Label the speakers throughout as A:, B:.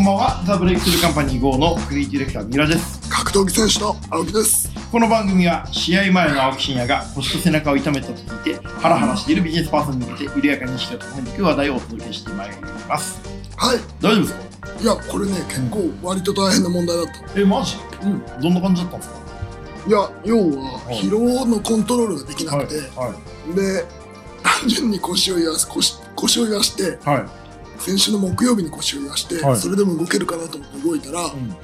A: んばんは。ザ・ブレイクスルーカンパニー GO の副リディレクター、三浦です。
B: 格闘技選手の青木です。
A: この番組は、試合前の青木真也が腰と背中を痛めたと聞いて、ハラハラしているビジネスパーソンに向けて、緩やかに意識を高めていく話題をお届けしてまいります。
B: はい。
A: 大丈夫ですか
B: いや、これね、結構割と大変な問題だった。
A: え、マジ
B: うん。
A: どんな感じだったんですか
B: いや、要は
A: はい
B: 疲労のコントロールができな
A: は
B: く
A: い
B: て、。
A: はい。
B: で、単純に腰を癒やす、腰腰を癒やして、
A: はい。
B: 先週の木曜日に腰を癒やして、
A: はい
B: それでも動けるかなと思って動いたら、
A: うん。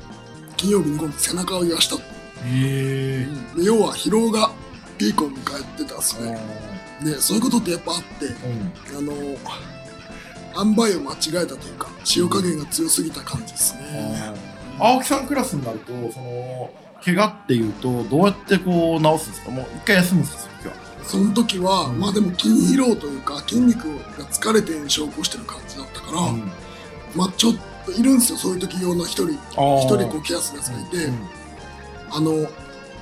B: 金曜日に今度背中を癒やした。
A: へー
B: で要は疲労がピークを迎えてたんですね。
A: う
B: で、そういうことってやっぱあって、
A: ん。
B: あの、塩梅を間違えたというか、塩加減が強すぎた感じですね。
A: 青木さんクラスになると、その、怪我っていうと、どうやってこう、治すんですかもう一回休むんですか今日は。
B: その時は、
A: うん
B: まあでも筋疲労というか筋肉が疲れて炎症を起こしてる感じだったから、
A: うん
B: まあちょっといるんですよそういう時用の一人一
A: あー
B: 人こうケアするやつがいて、あの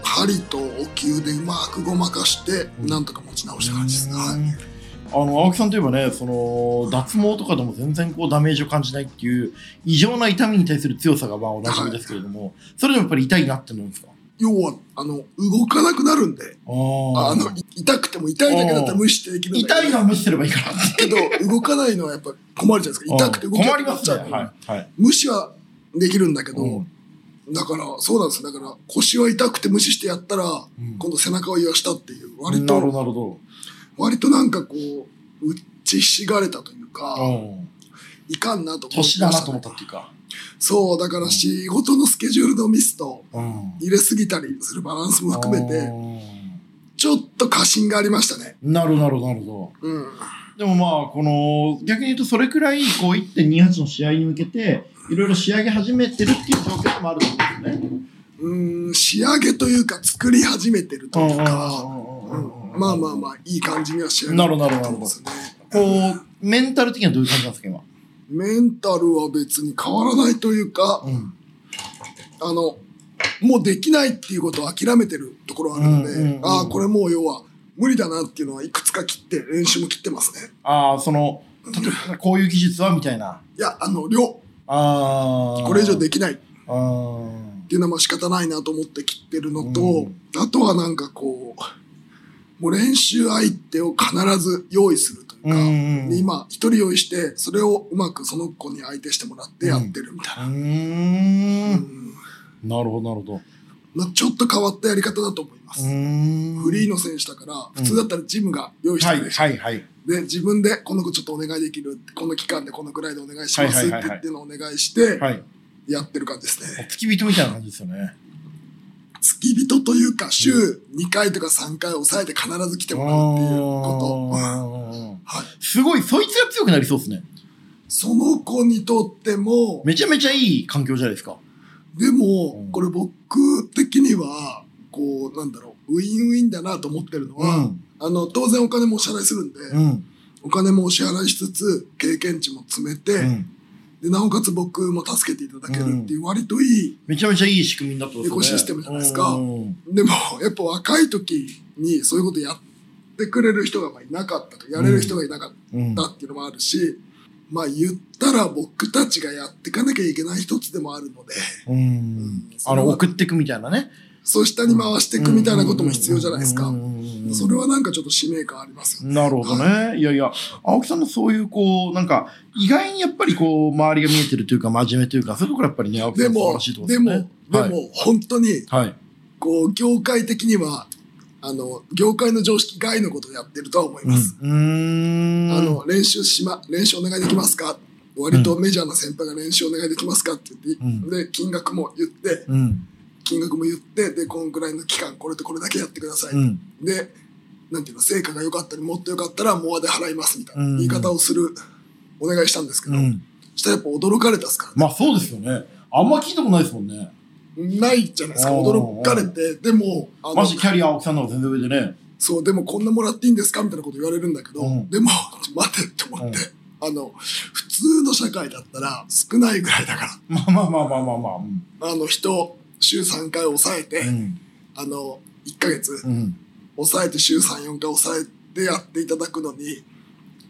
B: 針とお灸でうまくごまかして、
A: うん
B: なんとか持ち直した感じですね、はい
A: あの青木さんといえばねその脱毛とかでも全然こうダメージを感じないっていう異常な痛みに対する強さがまあおなじみですけれども、それでもやっぱり痛いなってなるんですか
B: 要はあの動かなくなるんで、
A: あ
B: あのい痛くても痛いだけだったら無視してできるんだ
A: 痛
B: け
A: いの
B: ど
A: は無視すればいいからって
B: けど動かないのはやっぱ困るじゃないですか痛くて動けな
A: 困
B: く
A: り
B: な
A: ま
B: っ
A: す
B: ちゃ
A: ね
B: う、
A: はいはい
B: 無視はできるんだけど、
A: うん
B: だからそうなんですよだから腰は痛くて無視してやったら、
A: うん
B: 今度背中を癒やしたっていう割
A: なるほ
B: と
A: どなるほ
B: 割となんかこう打ちひしがれたというか、
A: どうん
B: いかんなと思いまし
A: 年
B: た
A: だ
B: ね
A: なと思ったっていうか
B: そうだから仕事のスケジュールのミスと
A: うん
B: 入れすぎたりするバランスも含めて
A: うん
B: ちょっと過信がありましたね
A: なるほどなるほどなるほど
B: うん
A: でもまあ、この、逆に言うと、それくらい、こう、1.28の試合に向けて、いろいろ仕上げ始めてるっていう状況もあると思うんですよね。
B: うーん仕上げというか作り始めてるというか、うんまあまあまあいい感じには仕上げ
A: なるほどなるほど
B: てますね
A: こう、メンタル的にはどういう感じなんですか、今。
B: メンタルは別に変わらないというか、
A: うん。
B: あの、もうできないっていうことを諦めてるところはあるので、
A: うんうんうん
B: ああ、これもう要は無理だなっていうのはいくつか切って、練習も切ってますね。
A: ああ、その、例えば、こういう技術は、みたいな。
B: いや、あの、量、
A: ああ。
B: これ以上できないっ
A: あー
B: ていうのはまあ仕方ないなと思って切ってるのと、
A: うん
B: あとはなんかこう、もう練習相手を必ず用意するという
A: う
B: か、
A: ん。
B: で。今一人用意して、それをうまくその子に相手してもらってやってるみたいうな。
A: ー。
B: うんん
A: なるほど、なるほど。
B: まあちょっと変わったやり方だと思います。
A: ん
B: フリーの選手だから、普通だったらジムが用意して
A: は
B: くれ
A: い、
B: るじゃん
A: はい、はい。
B: で自分でこの子ちょっとお願いできるこの期間でこのくらいでお願いします
A: はい
B: っ
A: はいはい
B: て
A: はい
B: っていうのをお願いして
A: はい。
B: やってる感じですね。
A: 付き人みたいな感じですよね。
B: 付き人というか週2回とか3回抑えて必ず来てもらうっていうこと。
A: うん
B: はい、
A: すごい、そいつが強くなりそうですね。
B: その子にとっても
A: めちゃめちゃいい環境じゃないですか。
B: で
A: う
B: も
A: ん
B: これ僕的にはこうなんだろうウィンウィンだなと思ってるのは、
A: ん。
B: あの当然お金もお支払いするんで、
A: うん。
B: お金もお支払いしつつ経験値も詰めて、
A: うん。
B: でなおかつ僕も助けていただけるっていう割といい
A: めちゃめちゃいい仕組みになってますね。
B: エコシステムじゃないですか
A: うん
B: でも、やっぱ若い時にそういうことやってくれる人がまあいなかったと、やれる人がいなかっ
A: うん。
B: たっていうのもあるし、まあ言ったら僕たちがやっていかなきゃいけない一つでもあるので、
A: うん。あの、送っていくみたいなね。
B: そう下に回していくみたいなことも必要じゃないですか
A: う。んうんうん
B: それはなんかちょっと使命感ありますよね。
A: なるほどね。いやいや、青木さんのそういう、こう、なんか、意外にやっぱりこう、周りが見えてるというか、真面目というか、そういうところやっぱりね、青木
B: で
A: さん素晴
B: も
A: らしいと、ころで
B: です
A: ね。
B: も、で
A: はい。
B: も本当に、
A: はい。
B: こう、業界的には、あの、業界の常識外のことをやってるとは思います。
A: うん。うーん
B: あの、練習しま、練習お願いできますか割とメジャーな先輩が練習お願いできますかって言って、
A: うん
B: で、金額も言って、
A: うん。
B: 金額も言って、で、こんぐらいの期間、これとこれだけやってください。
A: うん。
B: で、なんていうの、成果が良かったり、もっと良かったら、モアで払いますみたい
A: うん
B: な言い方をする、お願いしたんですけど、
A: うん。
B: したらやっぱ驚かれたっすから、
A: まあそうですよね。あんま聞いたことないですもんね。
B: ないじゃないですか、
A: おー
B: 驚かれて、でも、あ
A: マ
B: の、
A: ジキャリア青木さんの方が全然上でね。
B: そう、でもこんなもらっていいんですかみたいなこと言われるんだけど、
A: うん
B: でも、ちょ待てって思って、あの、普通の社会だったら少ないぐらいだから、
A: まあまあまあまあまあまあ。うん。
B: あの人、週3回抑えて、
A: うん。
B: あの、1ヶ月、
A: うん。
B: 抑えて週3、4回抑えてやっていただくのに、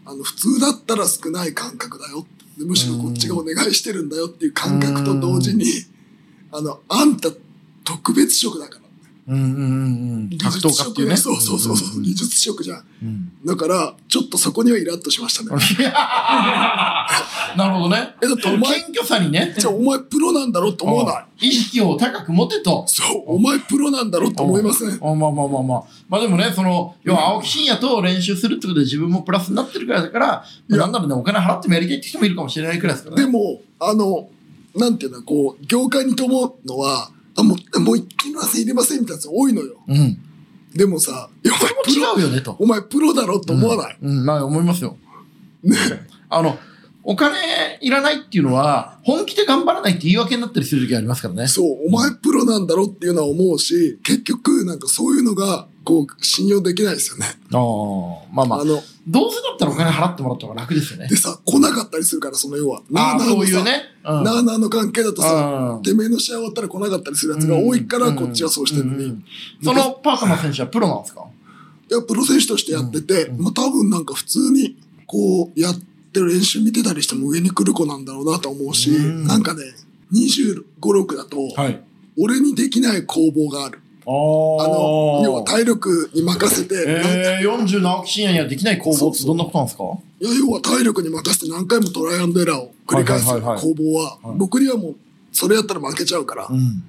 B: あの、普通だったら少ない感覚だよってでむしろこっちがお願いしてるんだよっていう感覚と同時に、あの、あんた特別職だから。
A: うんうんうんうん。
B: 技
A: 格
B: 術
A: 闘家ってい
B: 職
A: うね。
B: そうそうそうそう、
A: ん
B: 技術職じゃん。
A: うん
B: だから、ちょっとそこにはイラッとしましたね。
A: なるほどね。
B: え、だって お前、
A: 謙虚さにね。
B: じゃあお前プロなんだろって思わない。
A: 意識を高く持てと。
B: そう、お前プロなんだろって思いません。
A: あまあまあまあまあ。まあでもね、その、要は青木真也と練習するってことで自分もプラスになってるからだから、
B: いや
A: なんならね、お金払ってもやりたいって人もいるかもしれないくらいですから
B: で
A: ね。
B: も、あの、なんていうの、こう、業界にと思うのは、あ、もう、もういりません、いりませんみたいなやつ多いのよ。
A: うん。
B: でもさ、いやお前プ
A: 違
B: ロ、
A: うよね、と。
B: お前プロだろって思わない。
A: うん、まあ思いますよ。
B: ね。
A: あの、お金いらないっていうのは、本気で頑張らないって言い訳になったりする時ありますからね。
B: そう、お前プロなんだろっていうのは思うし、結局、なんかそういうのが、こう、信用できないですよね。
A: ああ、まあま
B: あ
A: あ、
B: の、
A: どうせだったらお金払ってもらった方が楽ですよね
B: で。さ、来なかったりするから、その要は。
A: ああ、
B: なあ
A: そう
B: の
A: いう
B: さ、
A: ね。うん
B: なあなあの関係だとさ、
A: うん
B: てめえの試合終わったら来なかったりするやつが多いから、こっちはそうしてるの
A: ん
B: に
A: ん。んそのパーカマ選手はプロなんですか
B: いや、プロ選手としてやってて、
A: うん
B: まあ多分なんか普通に、こう、やってる練習見てたりしても上に来る子なんだろうなと思うし、
A: うん
B: なんかね、25、6だと、
A: はい。
B: 俺にできない攻防がある。
A: あの
B: あの、要は体力に任せて、なん
A: えー、40の青木真也にはできない攻防ってどんなことなんですか
B: いや要は体力に任せて何回もトライアンドエラーを繰り返す
A: は
B: 攻
A: いはいはいはい
B: 防は、
A: はい
B: 僕にはもう、それやったら負けちゃうから、
A: ん。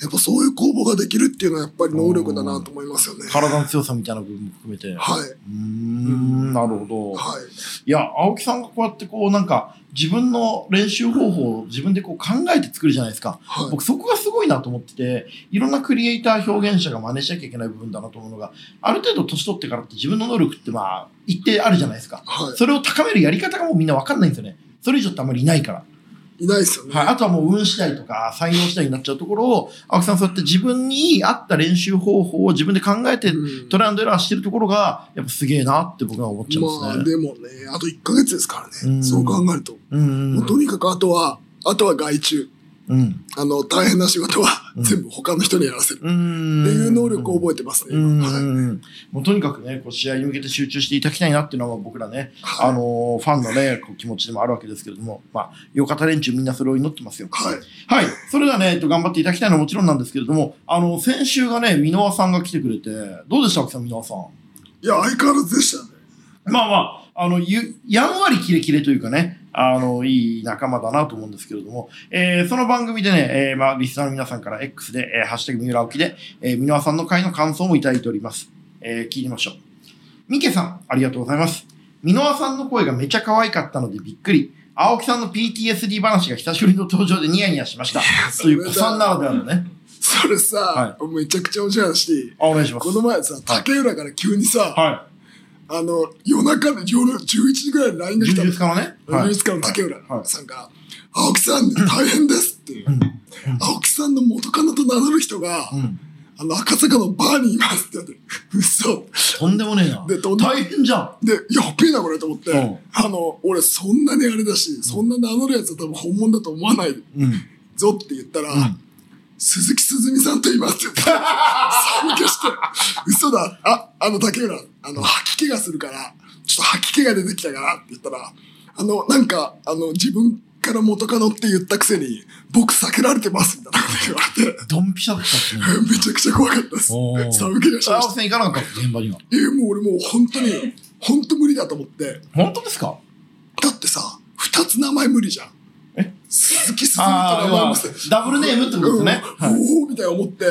B: やっぱそういう攻防ができるっていうのはやっぱり能力だなと思いますよね。
A: 体の強さみたいな部分も含めて。う
B: はい。
A: ーん、なるほど。
B: はい。
A: いや、青木さんがこうやってこうなんか自分の練習方法を自分でこう考えて作るじゃないですか。
B: はい。
A: 僕そこがすごいなと思ってて、いろんなクリエイター表現者が真似しなきゃいけない部分だなと思うのが、ある程度年取ってからって自分の能力ってまあ一定あるじゃないですか。
B: は
A: それを高めるやり方がもうみんなわかんないんですよね。それ以上ってあんまりいないから。
B: い。いないですよね。
A: はい、あとはもう運次第とか才能次第になっちゃうところを、青木さんそうやって自分に合った練習方法を自分で考えて
B: うん
A: トライアンドエラーしてるところが、やっぱすげえなって僕は思っちゃいますね。
B: まあでもね、あと1ヶ月ですから
A: うん
B: ね。そう考えると。
A: うんうん
B: もうとにかくあとは、あとは外注。
A: うん。
B: あの、大変な仕事は
A: うん
B: 全部他の人にやらせる。っ
A: うん。
B: ていう能力を覚えてますね。
A: う
B: 今
A: ん
B: はい
A: もうとにかくね、こう試合に向けて集中していただきたいなっていうのは僕らね、
B: はい
A: あのーファンのね、こう気持ちでもあるわけですけれども、まあ、よかた連中みんなそれを祈ってますよ。
B: はい。
A: はい。それではね、えっと、頑張っていただきたいのはもちろんなんですけれども、あの、先週がね、箕輪さんが来てくれて、どうでした、青木さん、箕輪さん。
B: いや、相変わらずでしたね。
A: まあまあ、あの、ゆ、やんわりキレキレというかね、あの、いい仲間だなと思うんですけれども、えーその番組でね、えーまあ、リスナーの皆さんから X で、えーハッシュタグ三浦沖で、えー、箕輪さんの回の感想もいただいております。えー聞いてみましょう。ミケさん、ありがとうございます。箕輪さんの声がめちゃ可愛かったのでびっくり。青木さんの PTSD 話が久しぶりの登場でニヤニヤしました。
B: そ
A: と
B: れ
A: い
B: だ
A: う子さんならではのね。
B: それさ、めちゃくちゃ面白い話。
A: あ、お願いします
B: こ。の前さ、竹浦から急にさ、
A: は
B: あの、夜中の夜11時ぐらいに LINE
A: い。
B: が来た
A: 充
B: の
A: 実。からね。
B: ル
A: は
B: イ
A: い
B: スカの竹浦
A: はい
B: さんが、青木さん大変ですっていう、青木さんの元カノと名乗る人が、
A: ん
B: あの赤坂のバーにいますって言って、嘘。
A: とんでもねえな
B: でとん。で
A: 大変じゃん。
B: で、やっべえなこれと思って、
A: うん
B: あの、俺そんなにあれだし、そんな名乗るやつは多分本物だと思わない
A: うん。
B: ぞって言ったら、鈴木すずみさんと言いますって言って、 寒気して、嘘だ、あ、あの竹浦、あの、吐き気がするから、ちょっと吐き気が出てきたからって言ったら、あの、なんか、あの、自分から元カノって言ったくせに、僕避けられてますみたいなこと言われて、
A: ドンピシャだったっす ね。
B: めちゃくちゃ怖かったです
A: おー。
B: 寒気がし
A: あ
B: ま
A: 青木
B: した。
A: さん行かなかったっす現場には。
B: えー、もう俺もう本当に、本当無理だと思って、
A: 本当ですか
B: だってさ、二つ名前無理じゃん。
A: え
B: 鈴木すずみと
A: あ
B: 名前も捨て
A: あ、ダブルネームってことですね。
B: うん
A: はい
B: おおみたいな思って、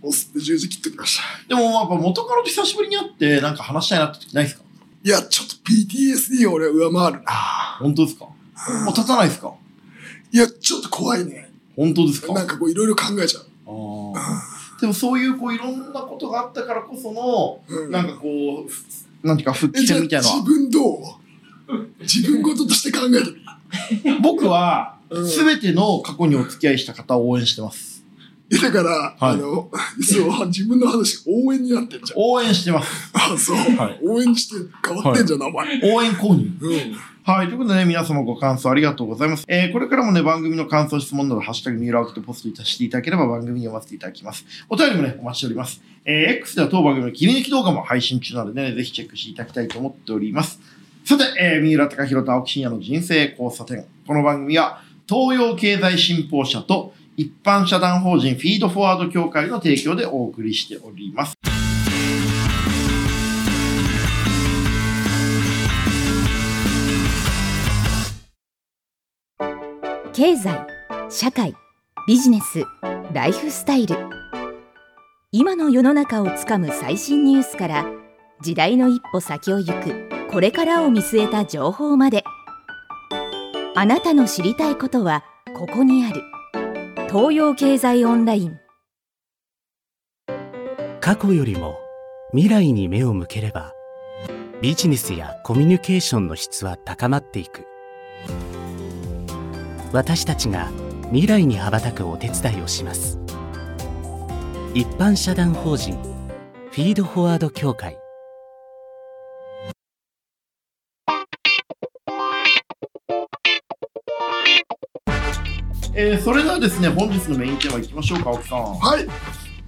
B: 押すって十字切っときました。
A: でもやっぱ元カノと久しぶりに会ってなんか話したいなって時ないですか
B: いや、ちょっと PTSD を俺は上回るな。
A: 本当ですかもう立たないですか
B: いや、ちょっと怖いね。
A: 本当ですか
B: なんかこういろいろ考えちゃう。
A: あーでもそういうこういろんなことがあったからこその、
B: うん
A: なんかこうふ、なんていうか復
B: え、
A: 帰
B: じゃあ
A: 戦みたいなの
B: 自
A: は
B: 分どう自分事として考えてる。
A: 僕は
B: うん
A: 全ての過去にお付き合いした方を応援してます。
B: えだから、あの、そう、自分の話応援になってんじゃん。
A: 応援してます。
B: あ、そう。
A: はい
B: 応援して変わってんじゃん、名前。
A: 応援購入。
B: うん。
A: はい。ということでね、皆様ご感想ありがとうございます。えーこれからもね、番組の感想、質問など、ハッシュタグ、三浦沖とポストいたしていただければ番組に読ませていただきます。お便りもね、お待ちしております。えー X では当番組の切り抜き動画も配信中なのでね、ぜひチェックしていただきたいと思っております。さて、えー、三浦貴弘と青木真也の人生交差点。この番組は、東洋経済新報社と一般社団法人フィードフォワード協会の提供でお送りしております。
C: 経済社会ビジネスライフスタイル今の世の中をつかむ最新ニュースから時代の一歩先を行くこれからを見据えた情報まであなたの知りたいことはここにある東洋経済オンライン
D: 過去よりも未来に目を向ければビジネスやコミュニケーションの質は高まっていく私たちが未来に羽ばたくお手伝いをします一般社団法人フィードフォワード協会
A: えー、それではですね、本日のメインテーマいきましょうか、青木さん。
B: はい。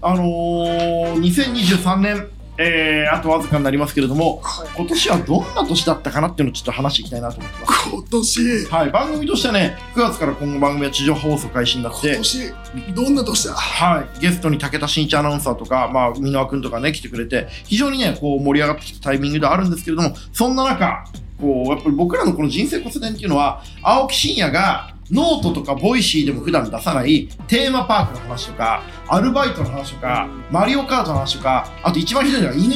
A: あのー、2023年、えー、あとわずかになりますけれども、今年はどんな年だったかなっていうのをちょっと話していきたいなと思ってます。
B: 今年、
A: はい、番組としてはね、9月から今後番組は地上波放送開始になっ
B: 今
A: て、
B: 年、どんな年だ
A: はい、ゲストに武田真一アナウンサーとか、まあ、箕輪君とかね、来てくれて、非常にね、こう盛り上がってきたタイミングではあるんですけれども、そんな中、こう、やっぱり僕らのこの人生こそ伝っていうのは、青木真也が、ノートとかボイシーでも普段出さないテーマパークの話とか、アルバイトの話とか、マリオカートの話とか、あと一番ひどいのは犬。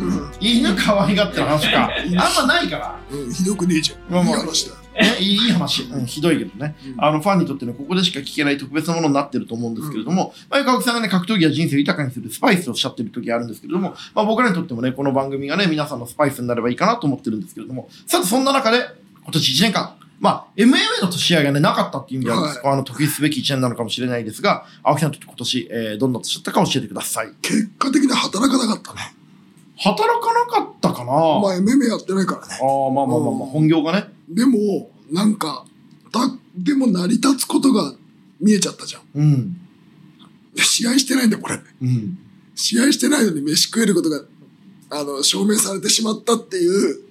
B: うん。
A: 犬可愛がってる話とか、あんまないから。
B: うん、ひどくねえじゃ
A: まあ
B: ん。いい
A: まあ
B: 話だ。
A: ね、いいいい話、うん、ひどいけどね、
B: うん
A: あのファンにとってね、ここでしか聞けない特別なものになってると思うんですけれども、まあ、川木さんがね、格闘技や人生を豊かにするスパイスとおっしゃってる時あるんですけれども、まあ、僕らにとってもね、この番組がね、皆さんのスパイスになればいいかなと思ってるんですけれども、さて、そんな中で、今年1年間、まあ、MMA の年合がね、なかったっていう意味では、
B: はい
A: そこはあの、特筆すべき1年なのかもしれないですが、青木さんにとって今年、えーどんな年だったか教えてください。
B: 結果的に働かなかったね。
A: 働かなかったかなあ
B: まあ、MMA やってないからね。
A: あ、まあまあまあまあ、本業がね。
B: でも、なんか、た、でも成り立つことが見えちゃったじゃん。
A: うん。
B: で試合してないんだよ、これ。
A: うん。
B: 試合してないのに飯食えることが、あの、証明されてしまったっていう、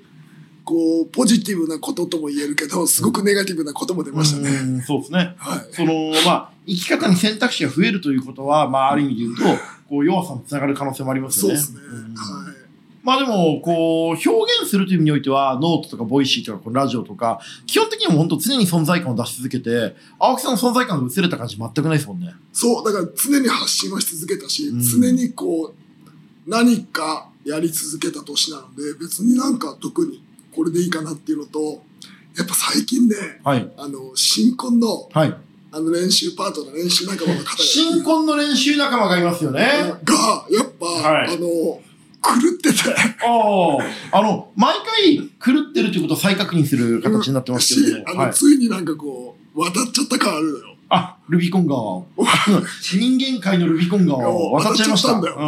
B: こう、ポジティブなこととも言えるけど、すごくネガティブなことも出ましたね。
A: うん、そうですね。
B: はい。
A: その、まあ、生き方に選択肢が増えるということは、まあ、ある意味で言うと、こう、弱さにつながる可能性もあります
B: そう
A: よ
B: で
A: ね。
B: すね。
A: うん
B: はい。
A: まあでも、こう、表現するという意味においては、ノートとかボイシーとか、このラジオとか、基本的には本当常に存在感を出し続けて、青木さんの存在感が薄れた感じ全くないですもんね。
B: そう、だから常に発信はし続けたし、
A: うん
B: 常にこう、何かやり続けた年なので、別になんか特にこれでいいかなっていうのと、やっぱ最近ね、
A: はい。
B: あの、新婚の、
A: はい。
B: あの練習パートナー、練習仲間の方が、
A: 新婚の練習仲間がいますよね。
B: が、やっぱ、
A: はい
B: あの、狂ってて、
A: ああ。あの、毎回狂ってるということを再確認する形になってます
B: し
A: けれ、ど
B: あ
A: も。
B: の、
A: はい。
B: ついになんかこう、渡っちゃった感あるのよ。
A: あ、ルビコン川 を。人間界のルビコン川を渡っちゃいました。
B: 渡っちゃったんだ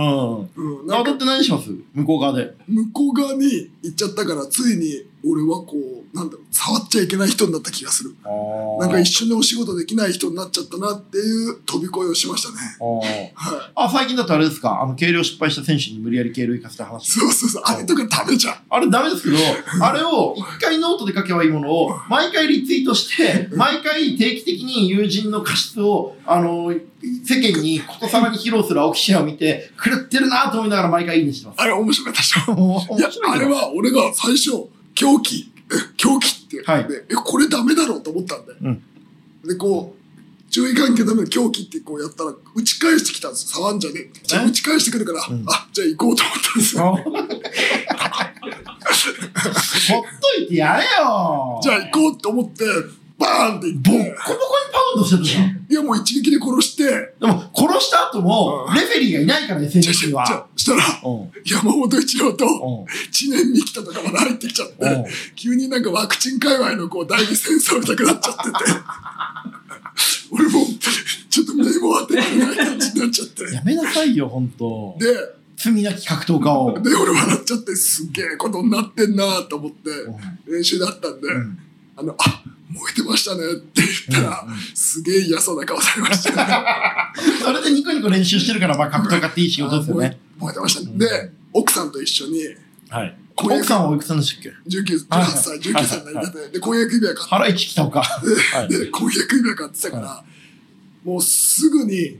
A: うん。
B: うん、なん
A: 渡
B: か
A: って何します向こう側で。
B: 向こう側に行っちゃったから、ついに俺はこう、なんだろう、触っちゃいけない人になった気がする。なんか一緒にお仕事できない人になっちゃったなっていう飛び越えをしましたね。
A: あ
B: はい。
A: ーあ、最近だとあれですかあの、軽量失敗した選手に無理やり軽量行かせた話。
B: そうそうそう。あれとかダメじゃん。
A: あれダメ ですけど、あれを一回ノートで書けばいいものを、毎回リツイートして、毎回定期的に友人の過失を、あの、世間にことさらに披露する青木シェアを見て、狂ってるなと思いながら毎回いいねしてます。
B: あれ面白いでしょ。
A: 面白
B: いや、あれ
A: は。
B: は俺が最初、狂気、え狂気って、
A: はい
B: でえ、これダメだろうと思ったんで。
A: うん
B: で、こう、注意喚起のための狂気ってこうやったら、打ち返してきたんですよ。触んじゃねえ。じゃあ
A: ね
B: 打ち返してくるから、
A: うん
B: あ、じゃあ行こうと思ったんですよ。
A: あ ほっといてやれよ
B: じゃあ行こうと思って、バーンって行っ
A: ボッコボコに
B: て、
A: パウンドしてたじゃん。
B: いやもう一撃で殺して、
A: でも、殺した後も
B: う、ん
A: レフェリーがいないからね、選
B: じゃあ
A: 手に
B: じゃあじゃ
A: は
B: あ。したら、
A: うん。うん。
B: 山本一郎と、
A: うん。
B: 知念に来たとかまで入ってきちゃって、急になんかワクチン界隈のこう代理戦争みたくなっちゃってて、 俺もちょっと目も当てられない感じになっちゃって。で、
A: やめなさいよ、ほんと。
B: で、
A: 罪なき格闘家を。
B: 俺笑っちゃって、すげえことになってんなと思って、練習だったんで、
A: うんうん
B: あの、あ燃えてましたねって言ったら、すげえ嫌そうな顔され ました、ね。
A: それでニコニコ練習してるから、まあ、格闘家っていい仕事ですよね。
B: 燃えてましたね。で、奥さんと一緒に、
A: はい。
B: 婚
A: 奥
B: 約
A: さんはおいくつなんでしたっけ
B: 19 18歳、19歳になりたて、で、婚約指輪買
A: 腹一来たのか。は
B: っ。て、婚約指輪買ってたから、もうすぐに、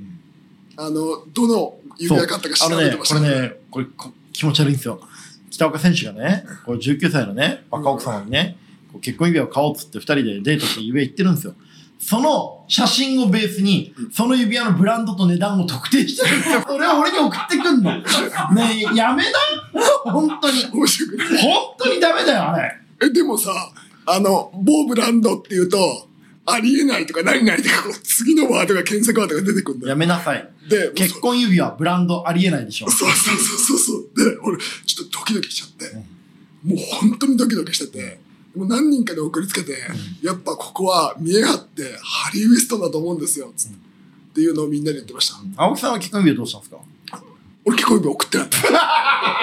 B: あの、どの指輪買ったか
A: あ
B: 調
A: の
B: べて
A: ね、
B: まし
A: こ
B: た
A: れ
B: ね。
A: ね、これこ気持ち悪いんですよ。北岡選手がね、こう19歳のね、若奥様にね、こう結婚指輪を買おうっつって二人でデートして指輪行ってるんですよ。その写真をベースに、その指輪のブランドと値段を特定してるんですよ。それを俺に送ってくんの。ねえ、やめな本当に。
B: 面白くない
A: 本当にダメだよ、あれ。
B: え、でもさ、あの、某ブランドっていうと、ありえないとか何々とか、こう次のワードが検索ワードが出てくるんだ
A: や
B: よ。
A: めなさい。
B: で、
A: 結婚指輪、ブランドありえないでしょ。
B: そうそうそうそうそう。で、俺、ちょっとドキドキしちゃって、もう本当にドキドキしてて、もう何人かで送りつけて、やっぱここは見え張ってハリー・ウエストンだと思うんですよ、つって。っていうのをみんなで言ってました。
A: 青木さんは結婚指輪どうしたんですか
B: 俺結構今送ってなか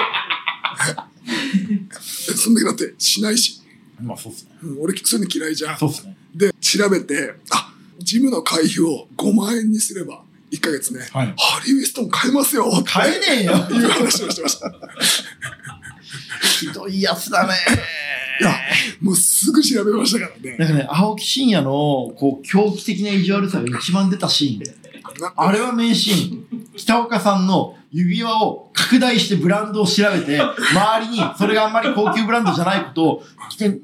B: った。 そんだけだってしないし、
A: まあそうっすね。
B: うん俺そういうの嫌いじゃん。
A: そうっすね。
B: で、調べて、あ、ジムの会費を5万円にすれば、1ヶ月ね、
A: はい
B: ハリー・ウエストン買えますよって
A: 買えねえよ。
B: いう話をしてました。
A: ひどいやつだね。
B: いや、もうすぐ調べましたから
A: な
B: ね。
A: んかね、青木真也の、こう、狂気的な意地悪さが一番出たシーンで。
B: な
A: あれは名シーン。北岡さんの指輪を拡大してブランドを調べて、周りにそれがあんまり高級ブランドじゃないことを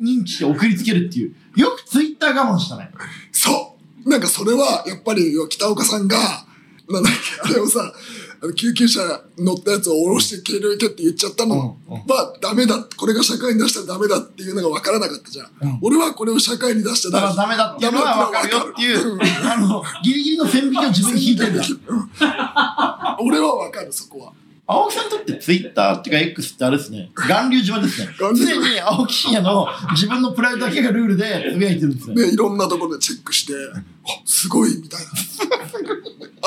A: 認知して送りつけるっていう。よくツイッター我慢したね。
B: そう。なんかそれは、やっぱり北岡さんが、なんだっけ、あれをさ、あの救急車乗ったやつを下ろして軽量行けって言っちゃったの
A: うんうん
B: はダメだ。これが社会に出したらダメだっていうのが分からなかったじゃん。俺はこれを社会に出した
A: だから
B: ら
A: ダメだっていうのはわかるよっていう、あの、ギリギリの線引きを自分に引いてんだ。
B: 俺は分かる、そこは。
A: 青木さんにとってツイッターっていうか X ってあれですね、巌流島ですね。常
B: 巌流島
A: に青木真也の自分のプライドだけがルールでつぶやいてるんですね。
B: で、いろんなところでチェックして、あすごいみたいな。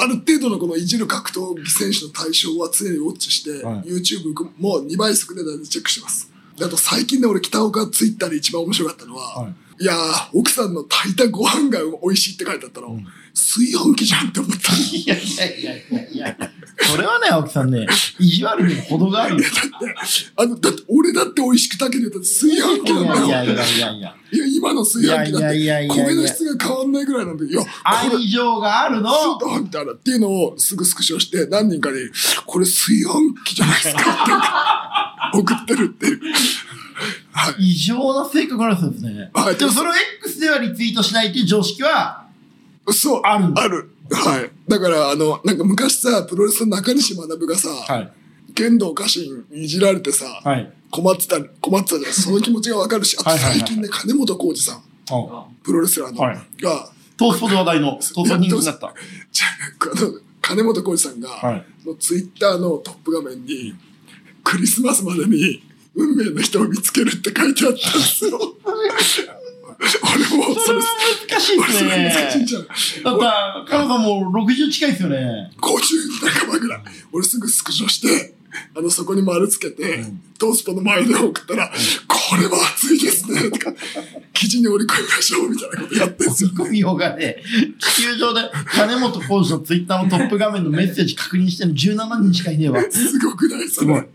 B: ある程度のこのいじる格闘技選手の対象は常にウォッチして、
A: はい
B: YouTube も2倍速で大体チェックしてます。であと最近で俺北岡ツイッターで一番面白かったのは、、
A: はい
B: やー、奥さんの炊いたご飯が美味しいって書いてあったの、炊飯器じゃんって思った。
A: いやいやいやいやいや。それはね、青木さんね、意地悪にも程があるよ。
B: あの、だって俺だって美味しく炊けてたって炊飯器
A: い
B: なんだよ。い
A: や
B: や
A: いやいやいやいや。
B: 今の炊飯器だっ
A: いやいやいや
B: て
A: いや
B: 米の質が変わんないぐらいなんで、いや、これ
A: 愛情があるの
B: そうだみたいなっていうのをすぐスクショして何人かに「これ炊飯器じゃないですか」 って送ってるっていう
A: 異常な性格なんですね
B: はい。
A: でもそれを X ではリツイートしないっていう常識は、
B: そう
A: あるんだ
B: あるはいだからあのなんか昔さプロレスの中西学がさ、
A: い。
B: 剣道家臣いじられてさ、
A: はい。
B: 困ってた困ってたじゃんその気持ちがわかるしあと
A: はいはいはい
B: 最近ね金本浩二さんプロレスラーの、
A: はい
B: が
A: トースポで話題の、トースポ人気になった。
B: じゃああの金本浩二さんが、
A: はい
B: のツイッターのトップ画面にクリスマスまでに運命の人を見つけるって書いてあったんですよ。俺も
A: そ
B: そ
A: れ
B: れ
A: は難しい
B: 俺
A: です
B: それ
A: ね。
B: 難しいんじゃん。
A: だった彼女もう60近いですよね。
B: 50半ばぐらい。俺すぐスクショして、あの、そこに丸つけて、トースポの前で送ったら、これは熱いですね、とか、記事に折り込みましょう、みたいなことやってんですよ。
A: コミオがね、地球上で金本浩二のツイッターのトップ画面のメッセージ確認してるの17人しかいねえわ。
B: すごくないそ
A: ごい
B: れ。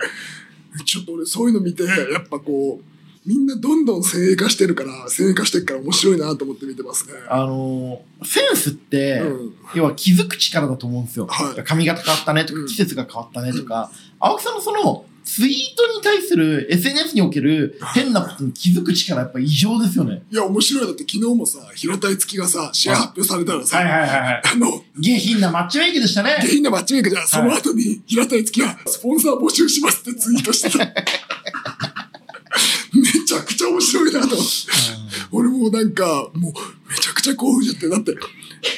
B: ちょっと俺そういうの見て、やっぱこう、みんなどんどん先鋭化してるから、先鋭化してるから面白いなと思って見てますね。
A: あのーセンスって、
B: うん
A: 要は気づく力だと思うんですよ。
B: はい
A: 髪型変わったねと
B: う
A: か、
B: ん
A: 季節が変わったねとか、青木さんのその、ツイートに対する SNS における変なことに気づく力やっぱ異常ですよね。
B: いや、面白い。だって昨日もさ、平たい月がさ、試合発表されたらさ、
A: はいはい。
B: あの、
A: 下品なマッチメイクでしたね。
B: 下品なマッチメイクじゃん。その後に、平たい月が、スポンサー募集しますってツイートし てた。めちゃくちゃ面白いなと思って。俺もうなんか、もう、めちゃくちゃ興奮しちゃって、だって、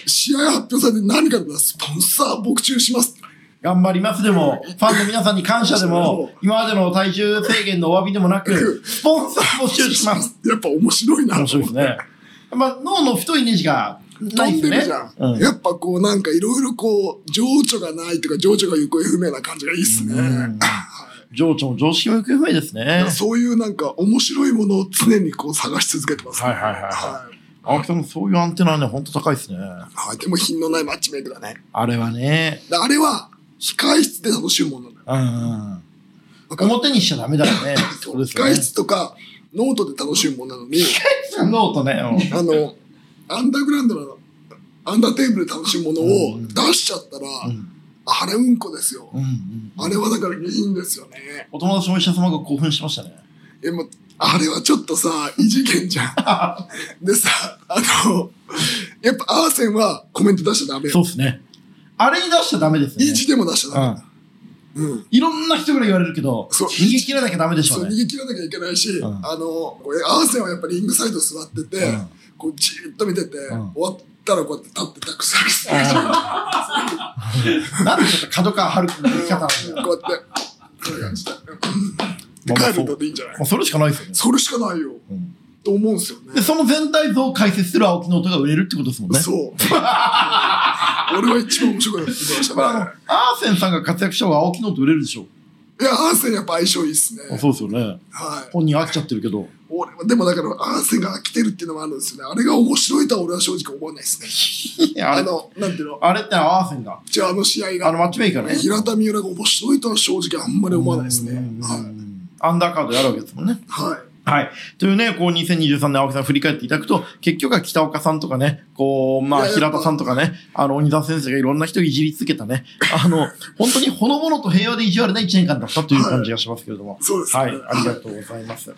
B: 試合発表されて何かな、スポンサー募集しますって
A: 頑張りますでも、ファンの皆さんに感謝でも
B: そ、
A: 今までの体重制限のお詫びでもなく、スポンサー募集します。。
B: やっぱ面白いな。
A: 面白いですね。まあ、脳の太いネジがな
B: 飛
A: い
B: ん
A: ですよね。
B: でるじゃん。
A: うん
B: やっぱこうなんかいろいろこう、情緒がないとか情緒が行方不明な感じがいいっすね。
A: ん情緒も常識も行方不明ですね。
B: そういうなんか面白いものを常にこう探し続けてます、ね。
A: はいはいはいはい
B: はい。
A: 青木さんもそういうアンテナはね、ほんと高いですね。
B: はいでも品のないマッチメイクだね。
A: あれはね、
B: であれは、控え室で楽しむものなんだよ。
A: うん。
B: わかる
A: 表にしちゃダメだよね。 そうですよ
B: 外
A: ね。
B: 出とか、ノートで楽しむもんなのに、
A: ノートね。うん
B: あの、アンダーグラウンドの、アンダーテーブルで楽しむもの
A: う
B: を
A: ん
B: 出しちゃったら、
A: うん
B: あれうんこですよ。
A: うんうん
B: あれはだからいいんですよね。
A: お友達のお医者様が興奮してましたね。
B: え、もうあれはちょっとさ、異次元じゃん。 でさ、あの、やっぱアーセンはコメント出しちゃダメ
A: そ
B: よ。
A: うですね。あれに出しちゃダメですよね
B: 意。地でも出しちゃ
A: う
B: ダ
A: ん。
B: メ。うん。
A: いろんな人から言われるけど、
B: そう
A: 逃げ切らなきゃダメでしょ
B: そうう逃
A: ね。
B: げ切らなきゃいけないし、
A: ん
B: あのこれアーセンはやっぱリングサイド座ってて、
A: うん
B: こうじーっと見てて、
A: ん
B: 終わったらこうやって立ってたくさんして
A: なんでちょっと角川春樹の生き方なんだよ。
B: こうやってこういう感じで
A: まあまあ
B: 帰
A: そ
B: る
A: う
B: のでいいんじゃない
A: もうそれしかないですよね。
B: それしかないよ、
A: うん
B: と思うんですよね
A: で、その全体像を解説する青木の音が売れるってことですもんね。
B: そう 俺は一番面白くなってきまし
A: まああ
B: た
A: の、
B: ね
A: アーセンさんが活躍した方が青木の音売れるでしょ。
B: いやアーセンやっぱ相性いいっすね
A: あそうですよね。
B: はい
A: 本人飽きちゃってるけど。
B: 俺はでもだからアーセンが来てるっていうのもあるんですよねあれが面白いとは俺は正直思わないですね
A: いやあ
B: あ
A: れ、
B: のなんていうの
A: あれってアーセンだ。
B: じゃああの試合が
A: あの、マッチメイカーね。
B: 平田三浦が面白いとは正直あんまり思わないですね
A: うんうん。
B: は
A: アンダーカードやるわけですもんね。
B: い。はい。
A: はい。というね、こう2023年青木さん振り返っていただくと、結局は北岡さんとかね、こう、ま
B: い
A: あ
B: や
A: 平田さんとかね、あの、鬼沢先生がいろんな人をいじり続けたね、あの、本当にほのぼのと平和で意地悪な一年間だったという感じがしますけれども。
B: そうですね。
A: はい、ありがとうございます。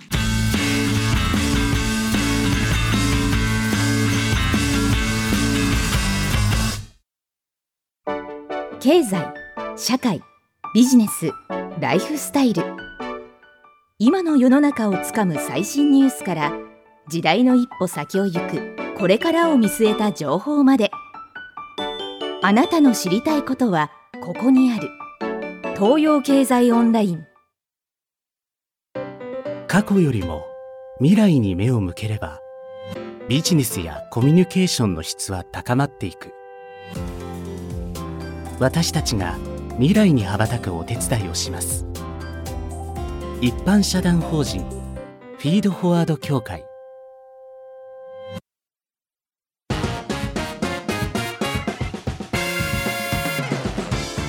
C: 経済社会ビジネスライフスタイル今の世の中をつかむ最新ニュースから時代の一歩先を行くこれからを見据えた情報まであなたの知りたいことはここにある東洋経済オンライン
D: 過去よりも未来に目を向ければビジネスやコミュニケーションの質は高まっていく私たちが未来に羽ばたくお手伝いをします一般社団法人フィードフォワード協会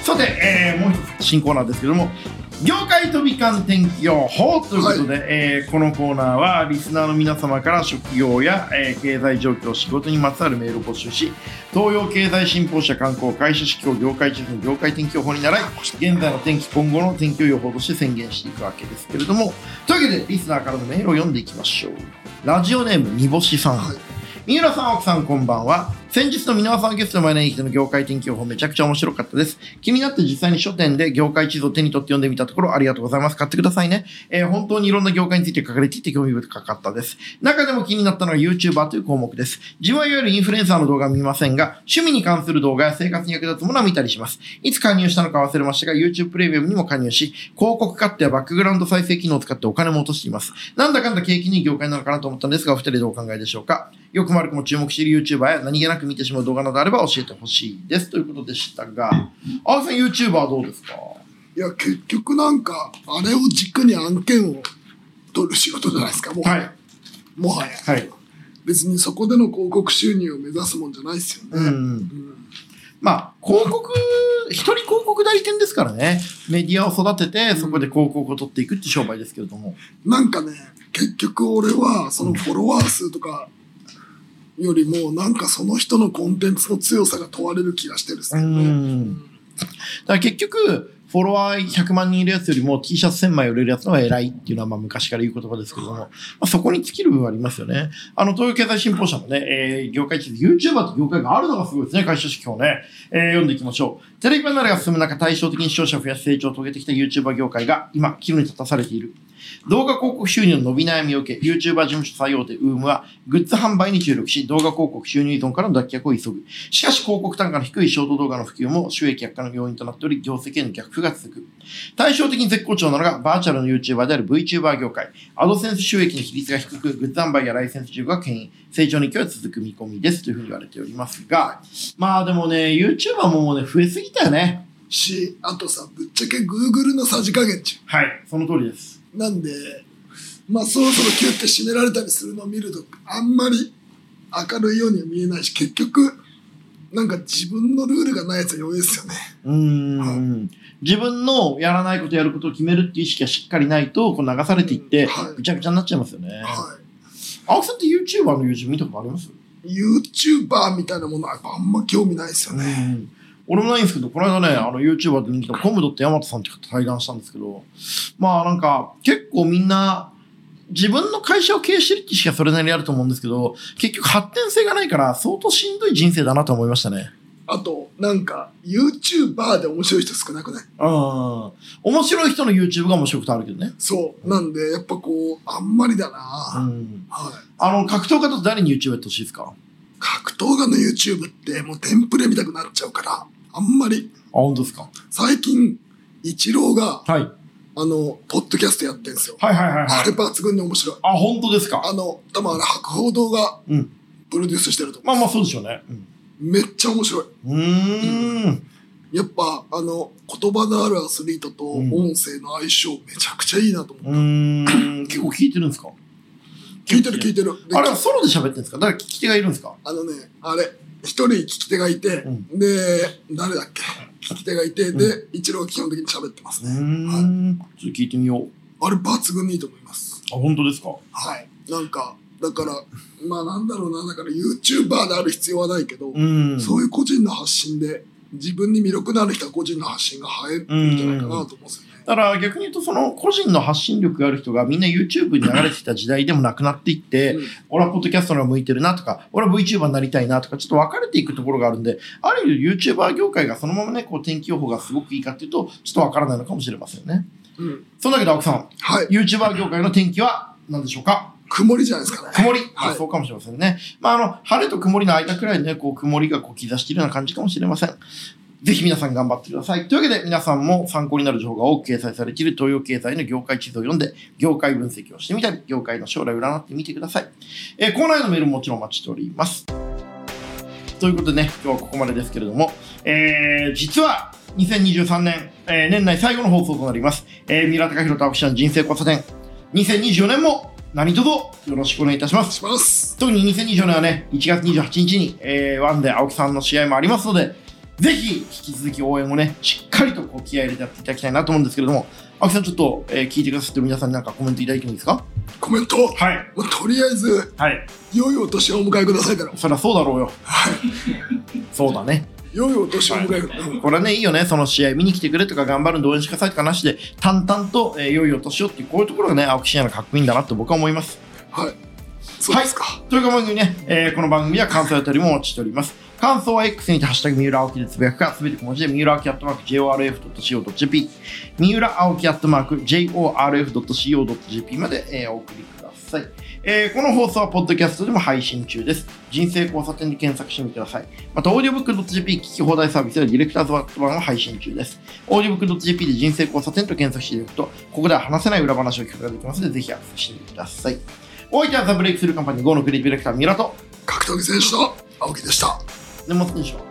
A: さて、えーもう一つ新コーナーですけども業界飛び間天気予報ということで、えーこのコーナーはリスナーの皆様から職業や、えー経済状況仕事にまつわるメールを募集し東洋経済新報社観光会社指標業界地図の業界天気予報に習い現在の天気今後の天気予報として宣言していくわけですけれどもというわけでリスナーからのメールを読んでいきましょうラジオネーム煮干しさん、
B: はい
A: 三浦さん、奥さん、こんばんは。先日の皆さんゲストの前の駅での業界天気予報めちゃくちゃ面白かったです。気になって実際に書店で業界地図を手に取って読んでみたところありがとうございます。買ってくださいね。えー本当にいろんな業界について書かれていて興味深かったです。中でも気になったのは YouTuber という項目です。自分はいわゆるインフルエンサーの動画は見ませんが、趣味に関する動画や生活に役立つものは見たりします。いつ加入したのか忘れましたが、YouTube プレミアムにも加入し、広告カットやバックグラウンド再生機能を使ってお金も落としています。なんだかんだ景気にいい業界なのかなと思ったんですが、お二人どうお考えでしょうか。よくも悪くも注目している YouTuber や何気なく見てしまう動画などあれば教えてほしいです。ということでしたが、青木さん YouTuber はどうですか
B: いや、結局なんか、あれを軸に案件を取る仕事じゃないですか、もはや。
A: はい
B: もはや。
A: はい。
B: 別にそこでの広告収入を目指すもんじゃないですよね。
A: うん。
B: うん
A: まあ、広告、一人広告代理店ですからね。メディアを育てて、そこで広告を取っていくって商売ですけれども。
B: なんかね、結局俺は、そのフォロワー数とか、よりもなんかその人のコンテンツの強さが問われる気がしてるっす
A: う。
B: よね。うんん
A: だから結局、フォロワー100万人いるやつよりも T シャツ1000枚売れるやつの方が偉いっていうのはまあ昔から言う言葉ですけども、まあ、そこに尽きる部分はありますよね。あの、東洋経済新報社もね、えー業界地図、YouTuber と業界があるのがすごいですね、会社指標ね。えー読んでいきましょう。テレビ離れが進む中、対照的に視聴者を増やし成長を遂げてきた YouTuber 業界が今、岐路に立たされている。動画広告収入の伸び悩みを受け、YouTuber 事務所最大手 UM は、グッズ販売に注力し、動画広告収入依存からの脱却を急ぐ。しかし、広告単価の低いショート動画の普及も収益悪化の要因となっており、業績への逆風が続く。対照的に絶好調なのが、バーチャルの YouTuber である VTuber 業界。アドセンス収益の比率が低く、グッズ販売やライセンス需要が牽引、成長の勢いは続く見込みです。というふうに言われておりますが、まあでもね、YouTuber ももうね、増えすぎたよね。
B: し、あとさ、ぶっちゃけ Google のさじ加減ちゅう
A: はい、その通りです。
B: なんで、まあ、そろそろキュッて締められたりするのを見ると、あんまり明るいようには見えないし、結局、なんか自分のルールがないやつは弱いですよね。
A: うーん。自分のやらないことやることを決めるっていう意識がしっかりないと、こう流されていって、
B: はい
A: ぐちゃぐちゃになっちゃいますよね。
B: は
A: 青木さんって YouTuber の友人見たことあります
B: い。YouTuber みたいなものはやっぱあんま興味ないですよ
A: う
B: ね。
A: ん俺もないんですけど、この間ね、あの YouTuber で見てたコムドットヤマトさんって方と対談したんですけど、まあなんか、結構みんな、自分の会社を経営してるってしかそれなりにあると思うんですけど、結局発展性がないから、相当しんどい人生だなと思いましたね。
B: あと、なんか、YouTuber で面白い人少なくない
A: うん。面白い人の YouTube が面白くてあるけどね。
B: そう。なんで、やっぱこう、あんまりだな、
A: うん。
B: はい。
A: あの、格闘家だと誰に YouTube やってほしいですか
B: 格闘家の YouTube ってもうテンプレ見たくなっちゃうから、あんまり、
A: あ、本当ですか
B: 最近、イチローが、
A: はい。
B: あの、ポッドキャストやってんすよ。
A: はいはいはい
B: あ
A: はい
B: れ。抜群に面白い。
A: あ、本当ですか
B: あの、多分あれ、白報堂が
A: うん。
B: プロデュースしてると思う。
A: まあまあそうでしょうね。うん
B: めっちゃ面白い。
A: うーん。
B: やっぱ、あの、言葉のあるアスリートと
A: うん
B: 音声の相性めちゃくちゃいいなと思う。
A: うーん、結構聞いてるんですか
B: 聞いてる聞いてる。で
A: あれはソロで喋ってるんですか誰か聞き手がいるんですか
B: あのね、あれ、一人聞き手がいて、
A: うん
B: で、誰だっけ聞き手がいて、で、一郎は基本的に喋ってます
A: うー
B: ね。
A: ん、ちょっと聞いてみよう。
B: あれ、抜群にいいと思います。
A: あ、本当ですか
B: はい。なんか、だから、まあなんだろうな、だから YouTuber である必要はないけど、
A: うん。
B: そういう個人の発信で、自分に魅力のある人は個人の発信が映えるんじゃないかなと思うんですよね。
A: だから逆に言うと、その個人の発信力がある人がみんな YouTube に流れてきた時代でもなくなっていって、
B: うん
A: 俺はポッドキャストの方が向いてるなとか、俺は VTuber になりたいなとか、ちょっと分かれていくところがあるんで、ある意味 YouTuber 業界がそのままね、こう天気予報がすごくいいかっていうと、ちょっと分からないのかもしれませんね。
B: うん。
A: そんなわけで青木さん、
B: はい。
A: YouTuber 業界の天気は何でしょうか
B: 曇りじゃないですかね。
A: 曇り、
B: はい
A: そうかもしれませんね。まあ、あの、晴れと曇りの間くらいね、こう、曇りがこう、兆しているような感じかもしれません。ぜひ皆さん頑張ってください。というわけで、皆さんも参考になる情報が多く掲載されている東洋経済の業界地図を読んで、業界分析をしてみたり、業界の将来を占ってみてください。えーコーナーへのメールももちろんお待ちしております。ということでね、今日はここまでですけれども、えー実は、2023年、えー年内最後の放送となります。えー、三浦貴弘と青木さん人生交差点。2024年も何卒よろしくお願いいたします。
B: します。
A: 特に2024年はね、1月28日に、えーワンで青木さんの試合もありますので、ぜひ引き続き応援をね、しっかりとこう気合い入れてやっていただきたいなと思うんですけれども、青木さんちょっと、えー聞いてくださってる皆さんに何かコメントいただいてもいいですか
B: コメント。
A: はい。
B: もうとりあえず、
A: はい。
B: 良いお年をお迎えくださいだろ。
A: そりゃそうだろうよ。 そうだね。
B: 良いお年をお迎えください。
A: これはね、いいよね。その試合見に来てくれとか、頑張るんで応援してくださいとかなしで、淡々と、えー、良いお年をっていう、こういうところがね、青木真也のかっこいいんだなと僕は思います。
B: はい。そうですか。
A: というか番組ね、えーこの番組では感想やたりもお待ちしております。感想は X にて、ハッシュタグ三浦青木でつぶやくか、すべて小文字で三浦青木アットマーク JORF.CO.JP、三浦青木アットマーク JORF.CO.JP まで、えーお送りください。えーこの放送はポッドキャストでも配信中です。人生交差点で検索してみてください。また、オーディオブック .jp 聞き放題サービスやディレクターズワット版を配信中です。オーディオブック .jp で人生交差点と検索していただくと、ここでは話せない裏話を聞くことができますので、ぜひアクセスしてみてください。お相手はザ・ブレイクスルーカンパニー GO のクリエイティブディレクター、ミラと、
B: 格闘技選手の青木でした。
A: 根本選手は